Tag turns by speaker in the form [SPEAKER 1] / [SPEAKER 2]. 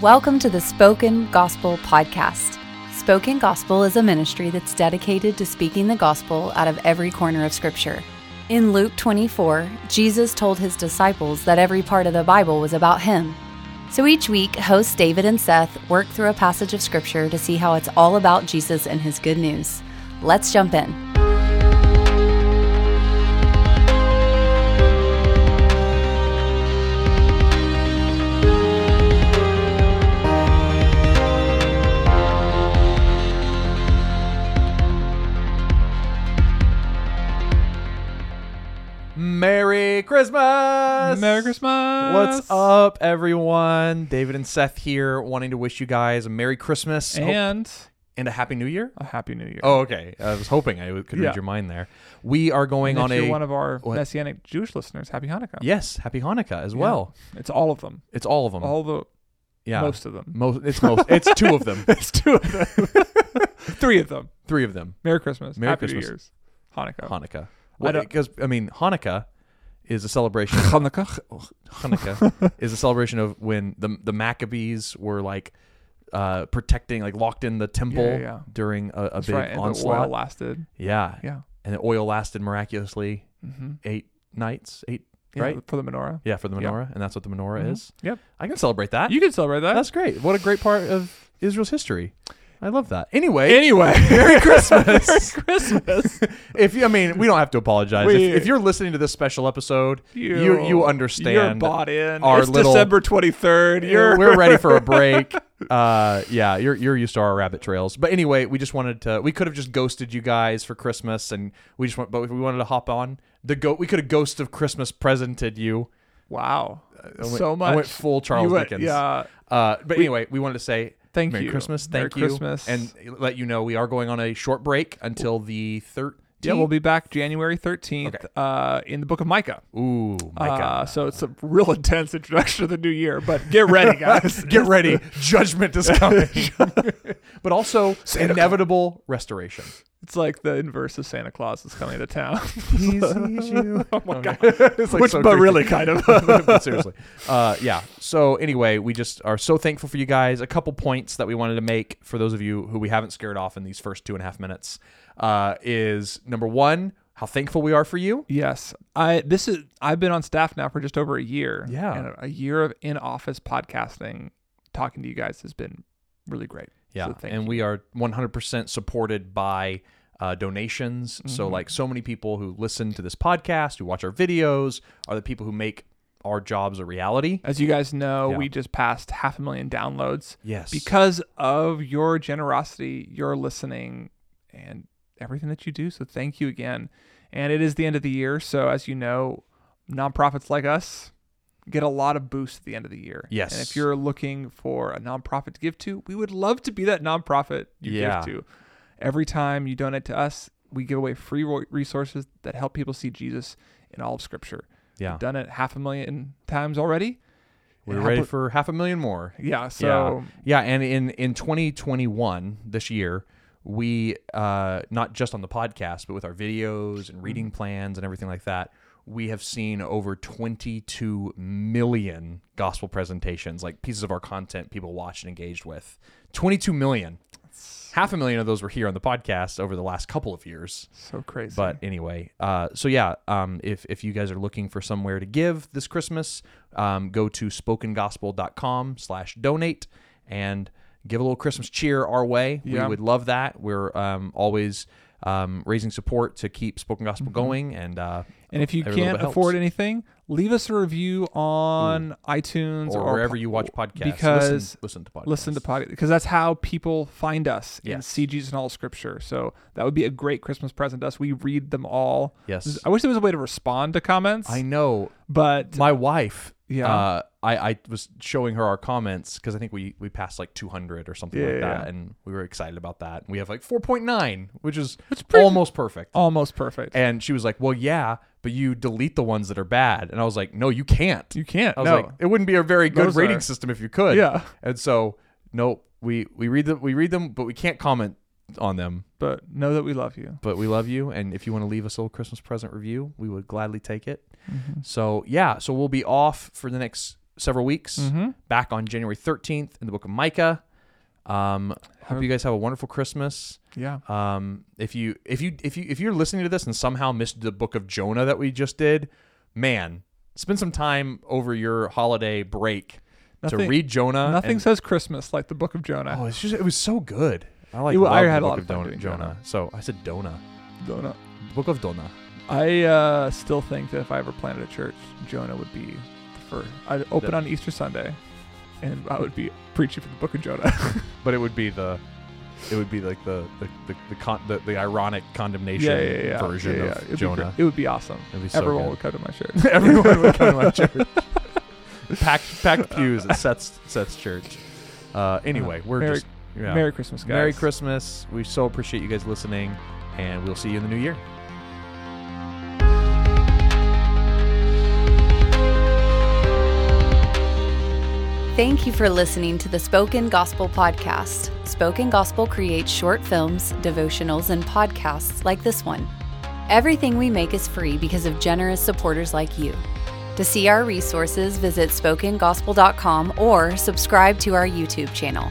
[SPEAKER 1] Welcome to the Spoken Gospel Podcast. Spoken Gospel is a ministry that's dedicated to speaking the gospel out of every corner of Scripture. In Luke 24, Jesus told his disciples that every part of the Bible was about him. So each week, hosts David and Seth work through a passage of Scripture to see how it's all about Jesus and his good news. Let's jump in.
[SPEAKER 2] Merry Christmas!
[SPEAKER 3] Merry Christmas.
[SPEAKER 2] What's up, Oh, everyone? David and Seth here, wanting to wish you guys a Merry Christmas Hope-
[SPEAKER 3] And
[SPEAKER 2] and a Happy New Year.
[SPEAKER 3] a happy new year.
[SPEAKER 2] Oh, okay. I was hoping I could
[SPEAKER 3] Yeah.
[SPEAKER 2] read your mind there. We are going
[SPEAKER 3] and
[SPEAKER 2] on
[SPEAKER 3] if
[SPEAKER 2] a
[SPEAKER 3] you're one of our
[SPEAKER 2] what?
[SPEAKER 3] messianic Jewish listeners, happy Hanukkah.
[SPEAKER 2] yes, Happy Hanukkah as
[SPEAKER 3] Yeah.
[SPEAKER 2] well.
[SPEAKER 3] It's all of them.
[SPEAKER 2] It's all of them.
[SPEAKER 3] All the
[SPEAKER 2] yeah,
[SPEAKER 3] most of them.
[SPEAKER 2] Most. It's most. It's two of them.
[SPEAKER 3] It's two of them. Three of them.
[SPEAKER 2] Three of them.
[SPEAKER 3] Merry Christmas.
[SPEAKER 2] Merry
[SPEAKER 3] happy
[SPEAKER 2] Christmas.
[SPEAKER 3] New Year's. Hanukkah.
[SPEAKER 2] Hanukkah.
[SPEAKER 3] don't-
[SPEAKER 2] Because I mean, Hanukkah is a celebration.
[SPEAKER 3] Hanukkah.
[SPEAKER 2] Hanukkah is a celebration of when the the Maccabees were like uh, protecting, like locked in the temple
[SPEAKER 3] Yeah, yeah.
[SPEAKER 2] during a, a
[SPEAKER 3] That's
[SPEAKER 2] big
[SPEAKER 3] right. And the
[SPEAKER 2] onslaught.
[SPEAKER 3] oil lasted.
[SPEAKER 2] Yeah.
[SPEAKER 3] Yeah.
[SPEAKER 2] And the oil lasted miraculously
[SPEAKER 3] Mm-hmm.
[SPEAKER 2] eight nights, eight,
[SPEAKER 3] yeah
[SPEAKER 2] right?
[SPEAKER 3] For the menorah.
[SPEAKER 2] Yeah, for the
[SPEAKER 3] Yeah.
[SPEAKER 2] menorah. And that's what the menorah
[SPEAKER 3] Mhm.
[SPEAKER 2] is.
[SPEAKER 3] Yep.
[SPEAKER 2] I can celebrate that.
[SPEAKER 3] You can celebrate that.
[SPEAKER 2] that's great. What a great part of Israel's history. I love that. Anyway,
[SPEAKER 3] anyway.
[SPEAKER 2] Merry Christmas.
[SPEAKER 3] Christmas.
[SPEAKER 2] if you, I mean, we don't have to apologize.
[SPEAKER 3] We-
[SPEAKER 2] if, if you're listening to this special episode, you you, understand.
[SPEAKER 3] You're bought in.
[SPEAKER 2] our
[SPEAKER 3] it's
[SPEAKER 2] little-
[SPEAKER 3] December 23rd. You're
[SPEAKER 2] we're ready for a break. Uh, yeah, you're you're used to our rabbit trails. But anyway, we just wanted to. We could have just ghosted you guys for Christmas, and we just want. But we wanted to hop on the go. We could have ghost of Christmas presented you.
[SPEAKER 3] Wow.
[SPEAKER 2] I went-
[SPEAKER 3] so much.
[SPEAKER 2] I went full Charles
[SPEAKER 3] You went-
[SPEAKER 2] Dickens.
[SPEAKER 3] Yeah.
[SPEAKER 2] Uh, but anyway, we wanted to say
[SPEAKER 3] Thank
[SPEAKER 2] Merry
[SPEAKER 3] you.
[SPEAKER 2] Christmas.
[SPEAKER 3] Merry
[SPEAKER 2] Thank you.
[SPEAKER 3] Christmas.
[SPEAKER 2] And let you know we are going on a short break until the 13th.
[SPEAKER 3] Yeah, we'll be back January 13th
[SPEAKER 2] Okay.
[SPEAKER 3] uh, in the book of Micah.
[SPEAKER 2] Ooh, my God.
[SPEAKER 3] Uh, so it's a real intense introduction to the new year, but get ready, guys.
[SPEAKER 2] Get ready. Judgment is coming. but also, inevitable restoration.
[SPEAKER 3] It's like the inverse of Santa Claus is coming to town.
[SPEAKER 2] oh my God.
[SPEAKER 3] Which, but really kind of.
[SPEAKER 2] but seriously. Uh, yeah. So anyway, we just are so thankful for you guys. A couple points that we wanted to make for those of you who we haven't scared off in these first two and a half minutes uh, is number one, how thankful we are for you.
[SPEAKER 3] yes, I this is I've been on staff now for just over a year.
[SPEAKER 2] Yeah.
[SPEAKER 3] and a year of in office podcasting, talking to you guys has been really great.
[SPEAKER 2] Yeah,
[SPEAKER 3] so thank
[SPEAKER 2] and
[SPEAKER 3] you.
[SPEAKER 2] we are 100% supported by uh, donations. So, like, so many people who listen to this podcast, who watch our videos, are the people who make our jobs a reality.
[SPEAKER 3] As you guys know,
[SPEAKER 2] Yeah.
[SPEAKER 3] we just passed half a million downloads.
[SPEAKER 2] Yes.
[SPEAKER 3] Because of your generosity, your listening, and everything that you do. So thank you again. And it is the end of the year. So as you know, nonprofits like us get a lot of boost at the end of the year.
[SPEAKER 2] Yes.
[SPEAKER 3] And if you're looking for a nonprofit to give to, we would love to be that nonprofit you
[SPEAKER 2] Yeah.
[SPEAKER 3] give to. Every time you donate to us, we give away free ro- resources that help people see Jesus in all of Scripture.
[SPEAKER 2] Yeah.
[SPEAKER 3] We've done it half a million times already.
[SPEAKER 2] We're
[SPEAKER 3] And
[SPEAKER 2] ready
[SPEAKER 3] help-
[SPEAKER 2] for half a million more.
[SPEAKER 3] Yeah. So
[SPEAKER 2] yeah, yeah, and in in 2021 this year, we uh, not just on the podcast, but with our videos and reading plans and everything like that, we have seen over 22 million gospel presentations, like pieces of our content people watched and engaged with. 22 million. Half a million of those were here on the podcast over the last couple of years.
[SPEAKER 3] so crazy.
[SPEAKER 2] But anyway, uh, so yeah, um, if, if you guys are looking for somewhere to give this Christmas, um, go to spokengospel.com slash donate and give a little Christmas cheer our way.
[SPEAKER 3] Yeah.
[SPEAKER 2] We would love that. We're um, always um, raising support to keep Spoken Gospel going. And uh,
[SPEAKER 3] Mm-hmm. And if you
[SPEAKER 2] every little
[SPEAKER 3] can't
[SPEAKER 2] bit
[SPEAKER 3] afford
[SPEAKER 2] helps. Mm.
[SPEAKER 3] anything, leave us a review on iTunes
[SPEAKER 2] or,
[SPEAKER 3] or,
[SPEAKER 2] wherever
[SPEAKER 3] po-
[SPEAKER 2] you watch podcasts,
[SPEAKER 3] Because
[SPEAKER 2] listen, listen to podcasts.
[SPEAKER 3] listen to podcast because that's how people find us and
[SPEAKER 2] Yes.
[SPEAKER 3] see Jesus in all Scripture. So that would be a great Christmas present to us. We read them all.
[SPEAKER 2] Yes.
[SPEAKER 3] I wish there was a way to respond to comments,
[SPEAKER 2] I know
[SPEAKER 3] but
[SPEAKER 2] my wife
[SPEAKER 3] Yeah.
[SPEAKER 2] uh, I, I was showing her our comments because i think we, we passed like 200 or something
[SPEAKER 3] Yeah,
[SPEAKER 2] like that
[SPEAKER 3] yeah.
[SPEAKER 2] and we were excited about that we have like 4.9 which is
[SPEAKER 3] It's pretty-
[SPEAKER 2] almost perfect
[SPEAKER 3] almost perfect.
[SPEAKER 2] and she was like well yeah but you delete the ones that are bad and i was like no you can't
[SPEAKER 3] you can't.
[SPEAKER 2] i was
[SPEAKER 3] no.
[SPEAKER 2] like it wouldn't be a very good
[SPEAKER 3] Those
[SPEAKER 2] rating
[SPEAKER 3] are-
[SPEAKER 2] system if you could
[SPEAKER 3] Yeah.
[SPEAKER 2] and so no we, we read them we read them but we can't comment on them
[SPEAKER 3] but know that we love you.
[SPEAKER 2] but we love you and if you want to leave us a little
[SPEAKER 3] Mm-hmm.
[SPEAKER 2] christmas present review we would gladly take it so yeah so we'll be off for the next several weeks,
[SPEAKER 3] Mm-hmm.
[SPEAKER 2] back on January 13th in the book of Micah. Um, hope you guys have a wonderful Christmas.
[SPEAKER 3] Yeah.
[SPEAKER 2] Um, if you if you if you if you're listening to this and somehow missed the book of Jonah that we just did, man, spend some time over your holiday break to
[SPEAKER 3] Nothing-
[SPEAKER 2] read Jonah.
[SPEAKER 3] Nothing
[SPEAKER 2] and-
[SPEAKER 3] says Christmas like the Book of Jonah.
[SPEAKER 2] oh, it's just it was so good. I like
[SPEAKER 3] It-
[SPEAKER 2] love
[SPEAKER 3] I
[SPEAKER 2] the
[SPEAKER 3] had a
[SPEAKER 2] book
[SPEAKER 3] lot
[SPEAKER 2] of
[SPEAKER 3] of fun
[SPEAKER 2] Don-
[SPEAKER 3] doing
[SPEAKER 2] Jonah.
[SPEAKER 3] Jonah.
[SPEAKER 2] So I said Dona,
[SPEAKER 3] Jonah.
[SPEAKER 2] book of Dona.
[SPEAKER 3] I uh, still think that if I ever planted a church, Jonah would be the first. I'd open
[SPEAKER 2] The-
[SPEAKER 3] on Easter Sunday, and I would be preaching from the Book of Jonah.
[SPEAKER 2] But it would be the it would be like the the the the, con- the, the ironic condemnation
[SPEAKER 3] yeah, yeah, yeah.
[SPEAKER 2] version
[SPEAKER 3] yeah, yeah.
[SPEAKER 2] of
[SPEAKER 3] It'd be
[SPEAKER 2] Jonah.
[SPEAKER 3] great. it would be awesome.
[SPEAKER 2] It'd be so
[SPEAKER 3] Everyone
[SPEAKER 2] good.
[SPEAKER 3] would come to my church.
[SPEAKER 2] Everyone would come to my church. packed, packed pews at Seth's, Seth's church. Uh, anyway, we're
[SPEAKER 3] Merry-
[SPEAKER 2] just yeah.
[SPEAKER 3] Merry Christmas, guys.
[SPEAKER 2] Merry Christmas. We so appreciate you guys listening, and we'll see you in the new year.
[SPEAKER 1] Thank you for listening to the Spoken Gospel Podcast. Spoken Gospel creates short films, devotionals, and podcasts like this one. Everything we make is free because of generous supporters like you. To see our resources, visit spokengospel.com or subscribe to our YouTube channel.